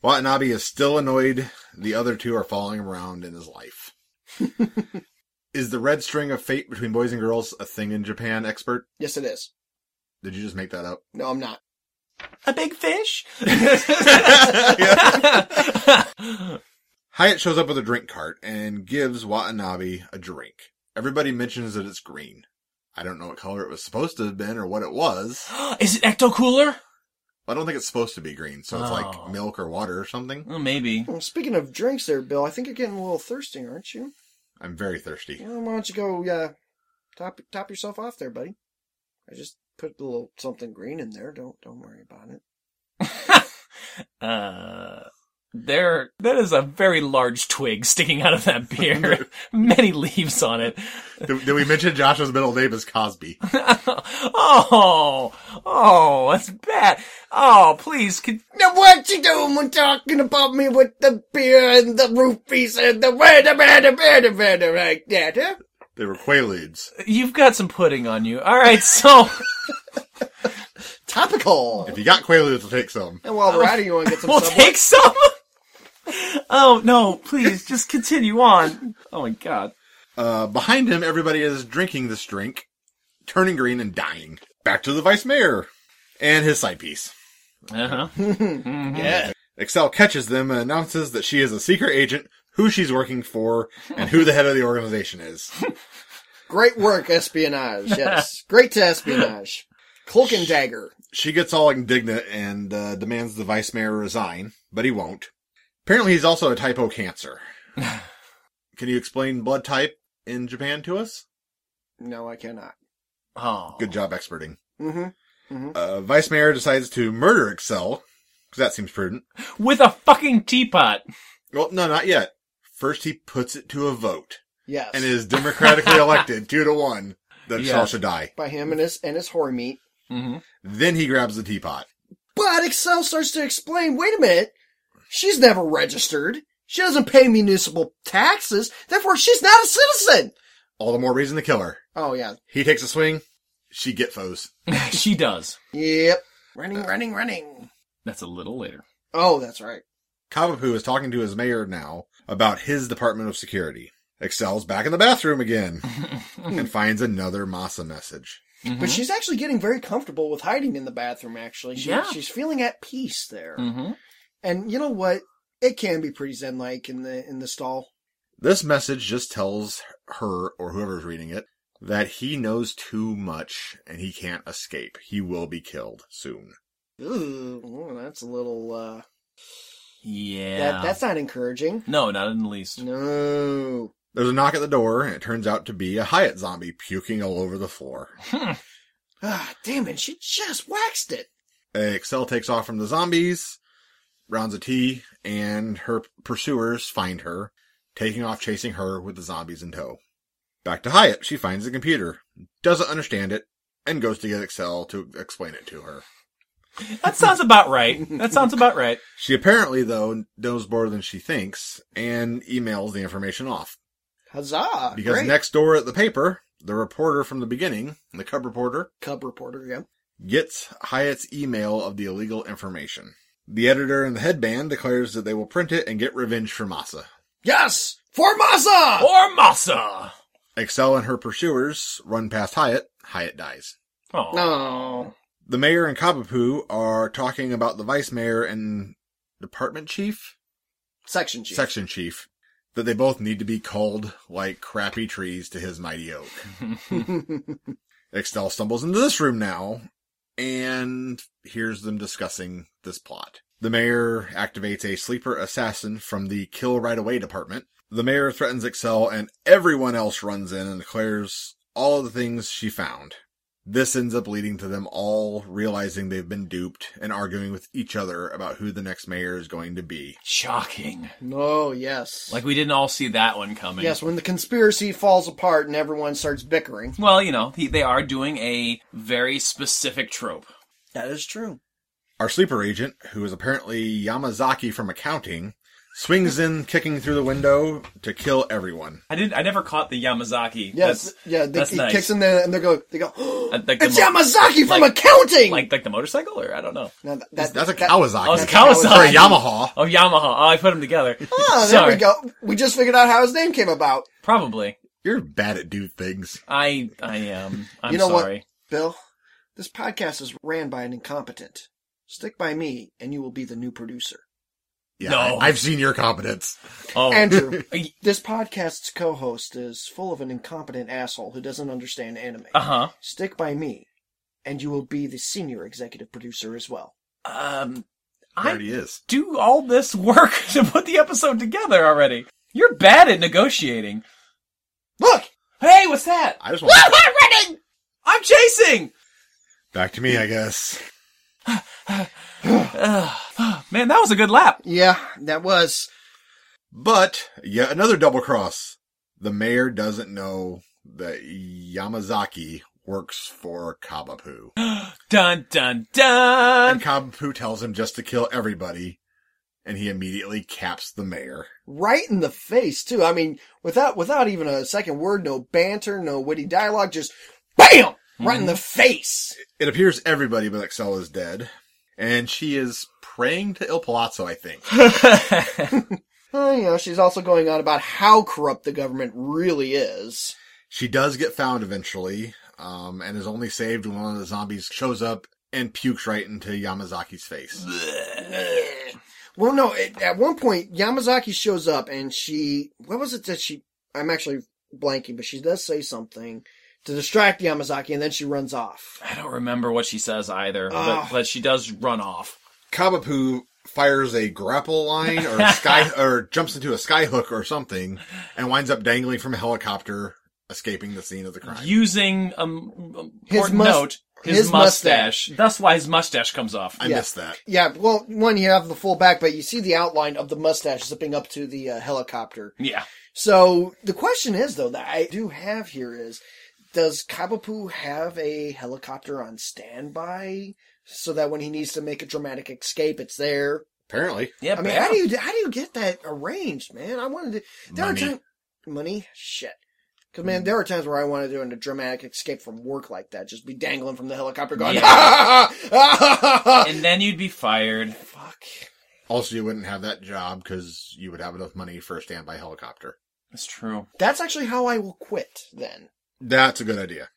Watanabe is still annoyed the other two are following him around in his life. is the red string of fate between boys and girls a thing in Japan, expert? Yes it is. Did you just make that up? No, I'm not. A big fish. Hyatt shows up with a drink cart and gives Watanabe a drink. Everybody mentions that it's green. I don't know what color it was supposed to have been or what it was. Is it ecto cooler? I don't think it's supposed to be green, so it's Oh. like milk or water or something. Well, maybe. Well, speaking of drinks there, Bill, I think you're getting a little thirsty, aren't you? I'm very thirsty. Well, why don't you go uh, top top yourself off there, buddy? I just put a little something green in there. Don't don't worry about it. Uh, there, that is a very large twig sticking out of that beer. Many leaves on it. did, did we mention Joshua's middle name is Cosby? oh, oh, that's bad. Oh, please, could, Now what you doing when talking about me with the beer and the rupees and the where the where the where the where the like that, huh? They were Quaaludes. you've got some pudding on you. All right, so Topical. If you got Quaaludes, we'll take some. And while we're at it, you want to get some We'll Subway? take some. oh no! Please, just continue on. Oh my god. Uh, behind him, everybody is drinking this drink, turning green and dying. Back to the vice mayor and his side piece. Uh huh. Yeah. Excel catches them and announces that she is a secret agent, who she's working for, and who the head of the organization is. Great work, espionage. Yes. Great to espionage. Cloak and dagger. She gets all indignant and uh, demands the vice mayor resign, but he won't. Apparently, he's also a type O cancer. Can you explain blood type in Japan to us? No, I cannot. Oh. Good job experting. Mm-hmm. Uh, vice mayor decides to murder Excel, because that seems prudent. With a fucking teapot. Well, no, not yet. First, he puts it to a vote Yes. and is democratically elected two to one that Excel Yeah. should die. By him and his and his whore meat. Then he grabs the teapot. But Excel starts to explain, wait a minute, she's never registered. She doesn't pay municipal taxes, therefore she's not a citizen. All the more reason to kill her. Oh yeah. He takes a swing. She get foes. she does. Yep. Running, running, running. That's a little later. Oh, that's right. Kavapu is talking to his mayor now about his department of security. Excel's back in the bathroom again and finds another Masa message. But she's actually getting very comfortable with hiding in the bathroom, actually. She, Yeah. She's feeling at peace there. Mm-hmm. And you know what? It can be pretty zen like in the in the stall. This message just tells her or whoever's reading it that he knows too much and he can't escape. He will be killed soon. Ooh, oh, that's a little uh Yeah. that that's not encouraging. No, not in the least. No. There's a knock at the door, and it turns out to be a Hyatt zombie puking all over the floor. Ah, damn it, she just waxed it. Excel takes off from the zombies, rounds a T, and her pursuers find her, taking off chasing her with the zombies in tow. Back to Hyatt, she finds the computer, doesn't understand it, and goes to get Excel to explain it to her. That sounds about right. That sounds about right. She apparently, though, knows more than she thinks, and emails the information off. Huzzah. Because Great. next door at the paper, the reporter from the beginning, the cub reporter, Cub reporter, yeah. gets Hyatt's email of the illegal information. The editor and the headband declares that they will print it and get revenge for Massa. Yes! Formosa! Or masa. Excel and her pursuers run past Hyatt. Hyatt dies. Oh. No. The mayor and Kabapu are talking about the vice mayor and department chief, Section chief. section chief, that they both need to be culled like crappy trees to his mighty oak. Excel stumbles into this room now and hears them discussing this plot. The mayor activates a sleeper assassin from the kill right away department. The mayor threatens Excel and everyone else runs in and declares all of the things she found. This ends up leading to them all realizing they've been duped and arguing with each other about who the next mayor is going to be. Shocking. No, yes. Like we didn't all see that one coming. yes, when the conspiracy falls apart and everyone starts bickering. Well, you know, he, they are doing a very specific trope. That is true. Our sleeper agent, who is apparently Yamazaki from accounting, swings in kicking through the window to kill everyone. I didn't. I never caught the Yamazaki. Yes, That's- yeah, they, that's he nice. kicks in there and they go, they go, At, like, the it's mo- Yamazaki from like- accounting! Like like the motorcycle, or I don't know. no, that, that, That's a that- Kawasaki. Oh, it's a That's a Kawasaki. Or a Yamaha. Oh, Yamaha. Oh, I put them together. Oh, there Sorry. we go. We just figured out how his name came about. Probably. You're bad at dude things. I I am. I'm you know sorry. what, Bill? This podcast is ran by an incompetent. Stick by me and you will be the new producer. Yeah, No. I, have seen your competence. Oh, Andrew, uh this podcast's co-host is full of an incompetent asshole who doesn't understand anime. huh. Stick by me, and you will be the senior executive producer as well. Um, There I he is. do all this work to put the episode together already. You're bad at negotiating. Look, Hey, what's that? I just want running. I'm chasing. back to me, I guess. Man, that was a good lap. yeah, that was But yet another double cross. The mayor doesn't know that Yamazaki works for Kabapu. Dun dun dun. And Kabapu tells him just to kill everybody, and he immediately caps the mayor. right in the face too. I mean, without without even a second word, no banter, no witty dialogue, just bam. Right in the face. It appears everybody but Excel is dead. And she is praying to Il Palazzo, I think. Oh, yeah. She's also going on about how corrupt the government really is. she does get found eventually, um, and is only saved when one of the zombies shows up and pukes right into Yamazaki's face. Well, no, at at one point, Yamazaki shows up and she, what was it that she, I'm actually blanking, but she does say something to distract Yamazaki and then she runs off. I don't remember what she says either, Ah. but, but she does run off. Kabapu fires a grapple line or a sky or jumps into a skyhook or something and winds up dangling from a helicopter, escaping the scene of the crime. Using, um, important His mus- note, his, his mustache. mustache. That's why his mustache comes off. I Yeah. missed that. Yeah, well, one, you have the full back, but you see the outline of the mustache zipping up to the uh, helicopter. yeah. So the question is, though, that I do have here is, does Kabapu have a helicopter on standby so that when he needs to make a dramatic escape, it's there? Apparently, Yeah, I mean, bam. how do you how do you get that arranged, man? I wanted to. There Money. are times money shit. Because Hmm. man, there are times where I want to do a dramatic escape from work like that, just be dangling from the helicopter, going, Yeah. uh, and then you'd be fired. fuck. also you wouldn't have that job because you would have enough money for a standby helicopter. That's true. That's actually how I will quit. Then That's a good idea.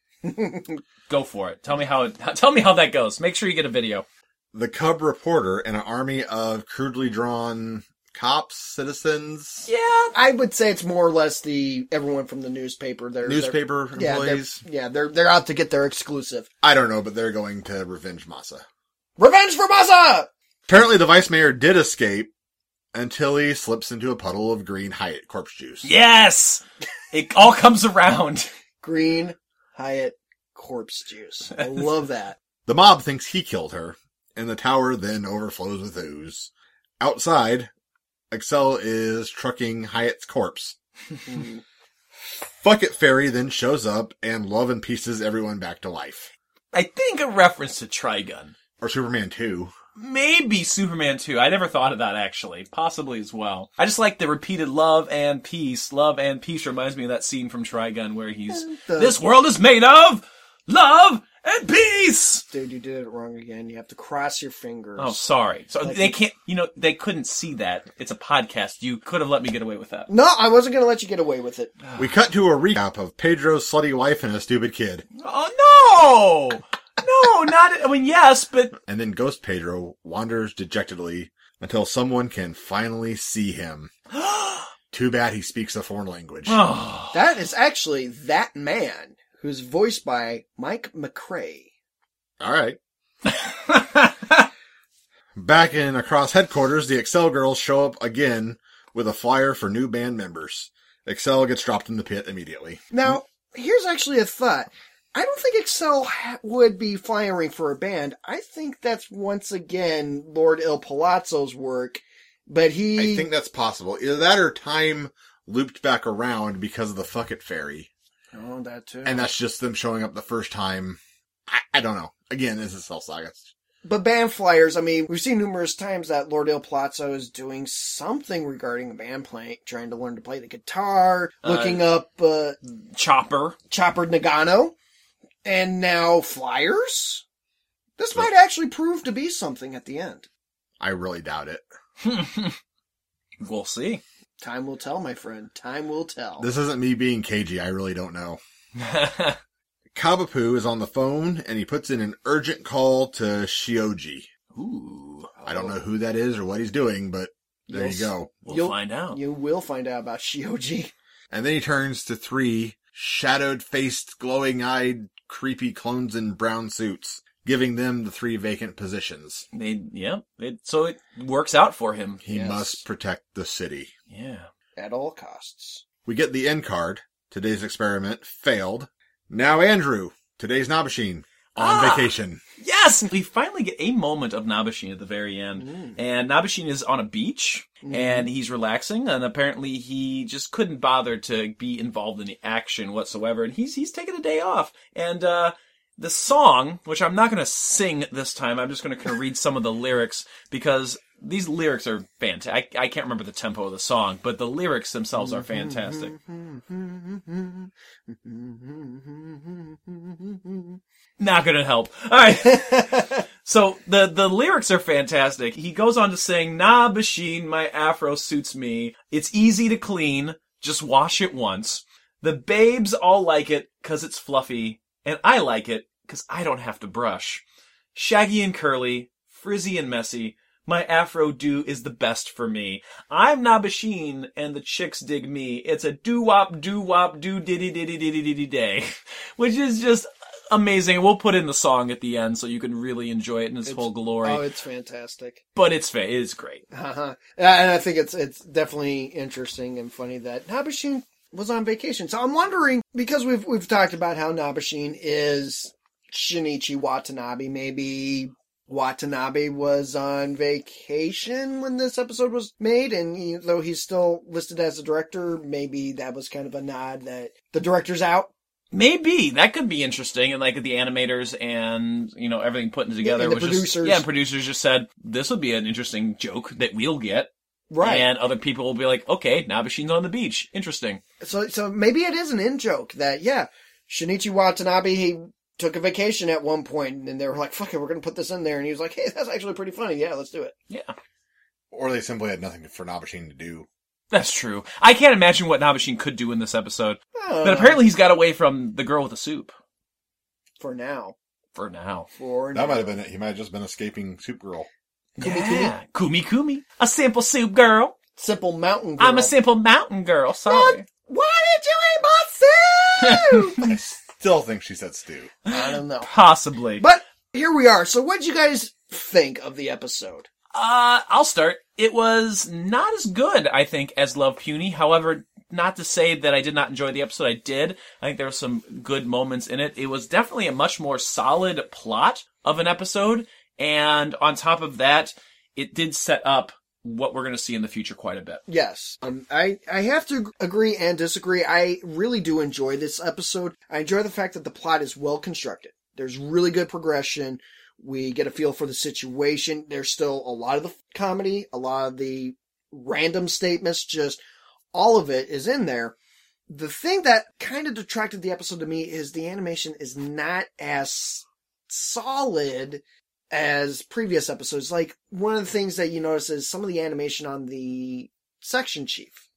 Go for it. Tell me how it, tell me how that goes. Make sure you get a video. The Cub reporter and an army of crudely drawn cops, citizens, Yeah. I would say it's more or less the everyone from the newspaper. They're they're- newspaper yeah, they're- employees. yeah, they're they're out to get their exclusive I don't know, but they're going to revenge Massa. revenge for Massa. Apparently, the vice mayor did escape until he slips into a puddle of green Hyatt corpse juice. Yes. It all comes around. Green Hyatt corpse juice. I love that. The mob thinks he killed her, and the tower then overflows with ooze. Outside, Excel is trucking Hyatt's corpse. Hmm. Fuck it Fairy then shows up and love and pieces everyone back to life. I think a reference to Trigun. Or Superman 2. Maybe Superman 2. I never thought of that actually. Possibly as well. I just like the repeated love and peace. Love and peace reminds me of that scene from Trigun where he's, this world is made of love and peace. Dude, you did it wrong again. You have to cross your fingers. Oh, sorry. So they can't, you know, they couldn't see that. It's a podcast. You could have let me get away with that. No, I wasn't going to let you get away with it. We cut to a recap of Pedro's slutty wife and a stupid kid. Oh, no. No, not, I mean, yes, but And then Ghost Pedro wanders dejectedly until someone can finally see him. Too bad he speaks a foreign language. Oh. That is actually that man who's voiced by Mike McRae. All right. Back in across headquarters, the Excel girls show up again with a flyer for new band members. Excel gets dropped in the pit immediately. Now, here's actually a thought. I don't think Excel ha- would be firing for a band. I think that's once again Lord Il Palazzo's work, but he I think that's possible. Either that or time looped back around because of the fuck it fairy. oh, that too. And that's just them showing up the first time. I, I don't know. Again, this is Cell Saga. But band flyers, I mean, we've seen numerous times that Lord Il Palazzo is doing something regarding the band playing, trying to learn to play the guitar, looking up uh, Chopper. Chopper Nagano, and now Flyers. This might actually prove to be something at the end. I really doubt it. We'll see. Time will tell, my friend. Time will tell. This isn't me being cagey. I really don't know. Kabapu is on the phone and he puts in an urgent call to Shioji. Ooh. I don't know who that is or what he's doing, but there Yes. you go. We'll You'll- find out. you will find out about Shioji. And then he turns to three shadowed faced, glowing eyed, creepy clones in brown suits, giving them the three vacant positions. They, yeah. It, so it works out for him. He Yes. must protect the city. Yeah. At all costs. We get the end card. Today's experiment failed. Now Andrew, today's Nabashin, on vacation. Yes! We finally get a moment of Nabashin at the very end. And Nabashin is on a beach and he's relaxing and apparently he just couldn't bother to be involved in the action whatsoever. And he's, he's taking a day off. And, uh, the song, which I'm not gonna sing this time, I'm just gonna kind of read some of the lyrics because these lyrics are fantastic. I, I can't remember the tempo of the song, but the lyrics themselves are fantastic. not gonna help. Alright. so the, the lyrics are fantastic. He goes on to sing, Nah, Bashin, my afro suits me. It's easy to clean. Just wash it once. The babes all like it cause it's fluffy. And I like it cause I don't have to brush. Shaggy and curly, frizzy and messy. My afro do is the best for me. I'm Nabashin and the chicks dig me. It's a doo wop, doo wop, doo diddy diddy diddy diddy day. Which is just amazing. We'll put in the song at the end so you can really enjoy it in its, whole glory. Oh, it's fantastic. but it's fa- it is great. Uh-huh. And I think it's it's definitely interesting and funny that Nabashin was on vacation. So I'm wondering because we've we've talked about how Nabashin is Shinichi Watanabe. Maybe Watanabe was on vacation when this episode was made, and he, though he's still listed as the director, maybe that was kind of a nod that the director's out. Maybe that could be interesting, and like the animators and you know everything putting together and the was just producers. yeah. and Producers just said this would be an interesting joke that we'll get, And other people will be like, okay, Nabashin's on the beach. Interesting. So, so maybe it is an in joke that yeah, Shinichi Watanabe he took a vacation at one point, and they were like, "Fuck it, we're gonna put this in there," and he was like, "Hey, that's actually pretty funny. Yeah, let's do it." Yeah, Or they simply had nothing for Nabashin to do. that's true. I can't imagine what Nabashin could do in this episode, Uh, but apparently he's got away from the girl with the soup for now, for now. for That now, might have been it. He might have just been escaping Soup Girl. Kumi yeah, Kumi Kumi, a simple soup girl. simple mountain. Girl. I'm a simple mountain girl. Sorry. Why did you eat my soup? I still think she said stew. I don't know, Possibly. but here we are. So, what'd you guys think of the episode? Uh, I'll start. It was not as good, I think, as Love Puny. However, not to say that I did not enjoy the episode. I did. I think there were some good moments in it. It was definitely a much more solid plot of an episode. And on top of that, it did set up what we're going to see in the future quite a bit. Yes. Um, I, I have to agree and disagree. I really do enjoy this episode. I enjoy the fact that the plot is well constructed. There's really good progression. We get a feel for the situation. There's still a lot of the comedy, a lot of the random statements, just all of it is in there. The thing that kind of detracted the episode to me is the animation is not as solid as previous episodes. Like, one of the things that you notice is some of the animation on the section chief.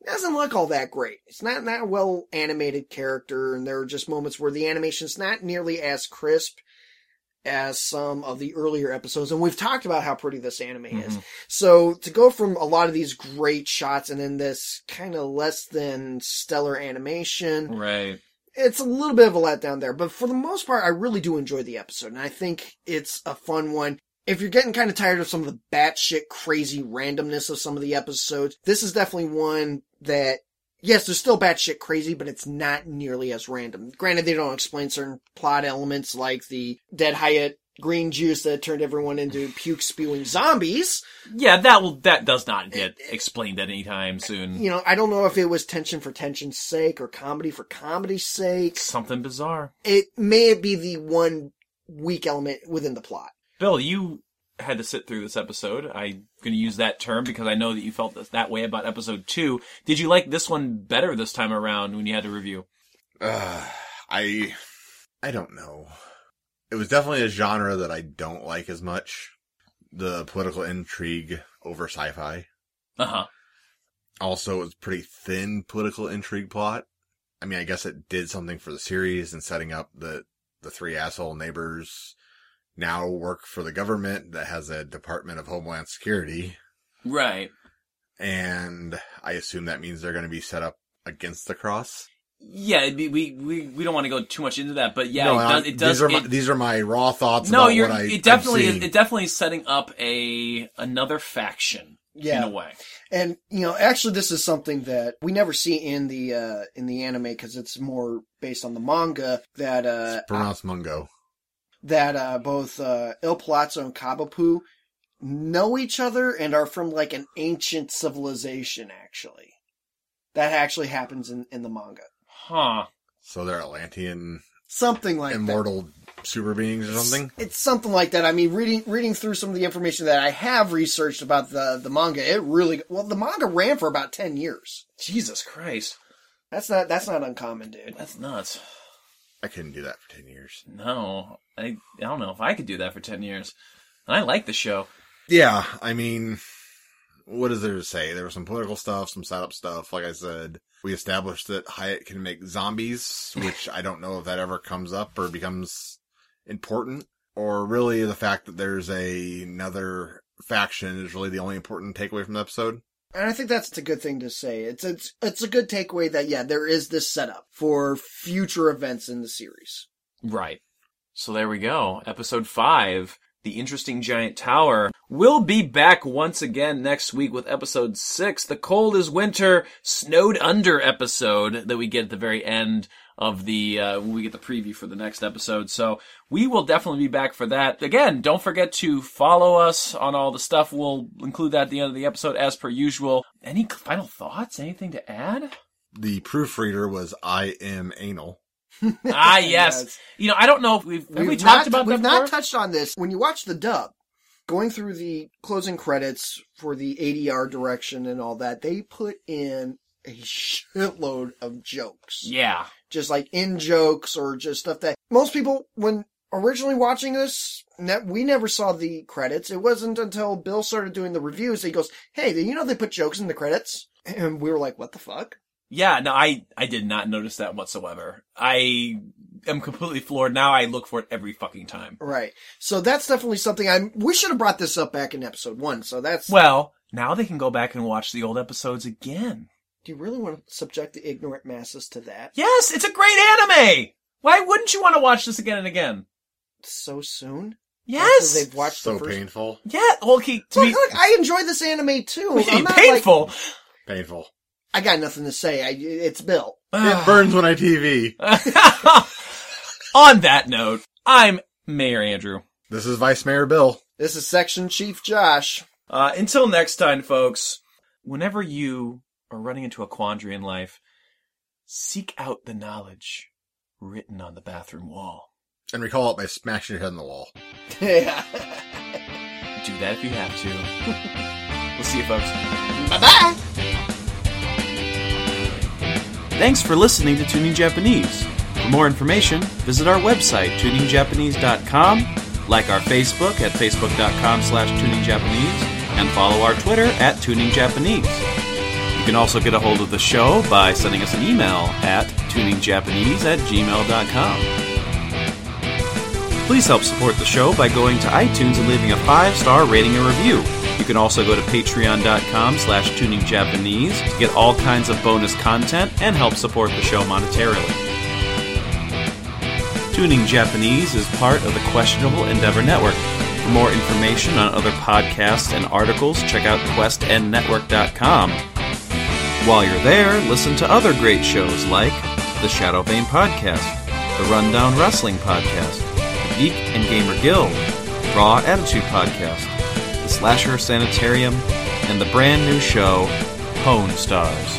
It doesn't look all that great. It's not that well animated character, and there are just moments where the animation's not nearly as crisp as some of the earlier episodes, and we've talked about how pretty this anime is. So to go from a lot of these great shots and then this kind of less than stellar animation, Right. it's a little bit of a letdown there, but for the most part, I really do enjoy the episode, and I think it's a fun one. If you're getting kind of tired of some of the batshit crazy randomness of some of the episodes, this is definitely one that, yes, there's still batshit crazy, but it's not nearly as random. Granted, they don't explain certain plot elements like the dead Hyatt green juice that turned everyone into puke spewing zombies. Yeah, that will, that does not get explained at any time soon. You know, I don't know if it was tension for tension's sake or comedy for comedy's sake. Something bizarre. it may be the one weak element within the plot. Bill, you had to sit through this episode. I'm going to use that term because I know that you felt th- that way about episode two. Did you like this one better this time around when you had to review? Uh, I I don't know. It was definitely a genre that I don't like as much. The political intrigue over sci-fi. Uh huh. Also, it was pretty thin political intrigue plot. I mean, I guess it did something for the series and setting up that the three asshole neighbors now work for the government that has a Department of Homeland Security. Right. And I assume that means they're going to be set up against the cross. Yeah, it'd be- we, we, we don't want to go too much into that, but yeah, No, it and does, I- it does, These are, my, it- these are my raw thoughts. no, about you're, what I, it definitely I'm is, seeing. it definitely is setting up a, another faction in a way. And you know, actually, this is something that we never see in the uh, in the anime because it's more based on the manga. That uh, pronounced Mungo. that uh, both uh, Il Palazzo and Kabapu know each other and are from like an ancient civilization. Actually, that actually happens in in the manga. Huh. So they're Atlantean Something like that. immortal super beings or something. It's something like that. I mean, reading reading through some of the information that I have researched about the the manga, it really well. The manga ran for about ten years. Jesus Christ. That's not that's not uncommon, dude. That's nuts. I couldn't do that for 10 years. No, I, I don't know if I could do that for 10 years. And I like the show. Yeah, I mean, what is there to say? There was some political stuff, some setup stuff. Like I said, we established that Hyatt can make zombies, which I don't know if that ever comes up or becomes important, or really the fact that there's a, another faction is really the only important takeaway from the episode. And I think that's a good thing to say. It's it's it's a good takeaway that yeah, there is this setup for future events in the series. Right. So there we go. Episode five, The Interesting Giant Tower. We'll be back once again next week with episode six, The Cold is Winter, Snowed Under episode that we get at the very end of the, uh, when we get the preview for the next episode. So we will definitely be back for that. Again, don't forget to follow us on all the stuff. We'll include that at the end of the episode as per usual. Any final thoughts? Anything to add? The proofreader was I am anal. ah, yes. Yes. You know, I don't know if we've, have we uh, We've talked not- about we've that not before? touched on this. When you watch the dub, going through the closing credits for the ADR direction and all that, they put in a shitload of jokes. yeah. just like in jokes or just stuff that most people when originally watching this ne- we never saw the credits it wasn't until bill started doing the reviews that he goes hey you know they put jokes in the credits and we were like what the fuck Yeah, no, I, I did not notice that whatsoever. I am completely floored. Now I look for it every fucking time. right so that's definitely something i'm we should have brought this up back in episode one so that's Well, now they can go back and watch the old episodes again. do you really want to subject the ignorant masses to that Yes, it's a great anime! Why wouldn't you want to watch this again and again? so soon Yes! After they've watched So the first painful. yeah, well, okay, to Look, be, look, I enjoy this anime too. to be I'm not like- painful. Painful. I got nothing to say. I, it's Bill. Ah. It burns when I TV. On that note, I'm Mayor Andrew. This is Vice Mayor Bill. This is Section Chief Josh. Uh, until next time, folks, whenever you are running into a quandary in life, seek out the knowledge written on the bathroom wall. And recall it by smashing your head on the wall. Yeah. Do that if you have to. we'll see you, folks. Bye bye. Thanks for listening to Tuning Japanese. For more information, visit our website, tuningjapanese.com, like our Facebook at facebook.com slash tuningjapanese, and follow our Twitter at tuningjapanese. You can also get a hold of the show by sending us an email at tuningjapanese at gmail.com. Please help support the show by going to iTunes and leaving a five-star rating and review. You can also go to patreon.com slash tuningjapanese to get all kinds of bonus content and help support the show monetarily. Tuning Japanese is part of the Questionable Endeavor Network. For more information on other podcasts and articles, check out questnetwork.com. While you're there, listen to other great shows like the Shadow Vein Podcast, the Rundown Wrestling Podcast, the Geek and Gamer Guild, Raw Attitude Podcast, the Slasher Sanitarium, and the brand new show, Pwn Stars.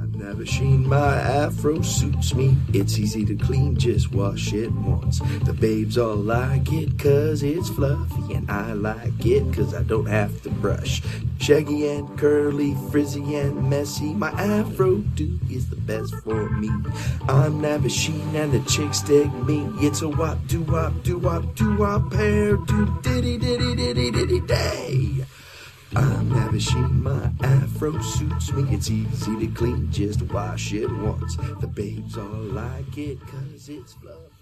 I've never seen my afro suits me. It's easy to clean, just wash it once. The babes all like it cause it's fluffy, and I like it cause I don't have to brush. Shaggy and curly, frizzy and messy, my afro do is the best for me. I'm Navasheen and the chicks dig me. It's a wop, do wop, do wop, do wop, hair, do diddy diddy diddy diddy day. I'm lavishing my afro suits me. It's easy to clean, just wash it once. The babes all like it, cause it's fluffy.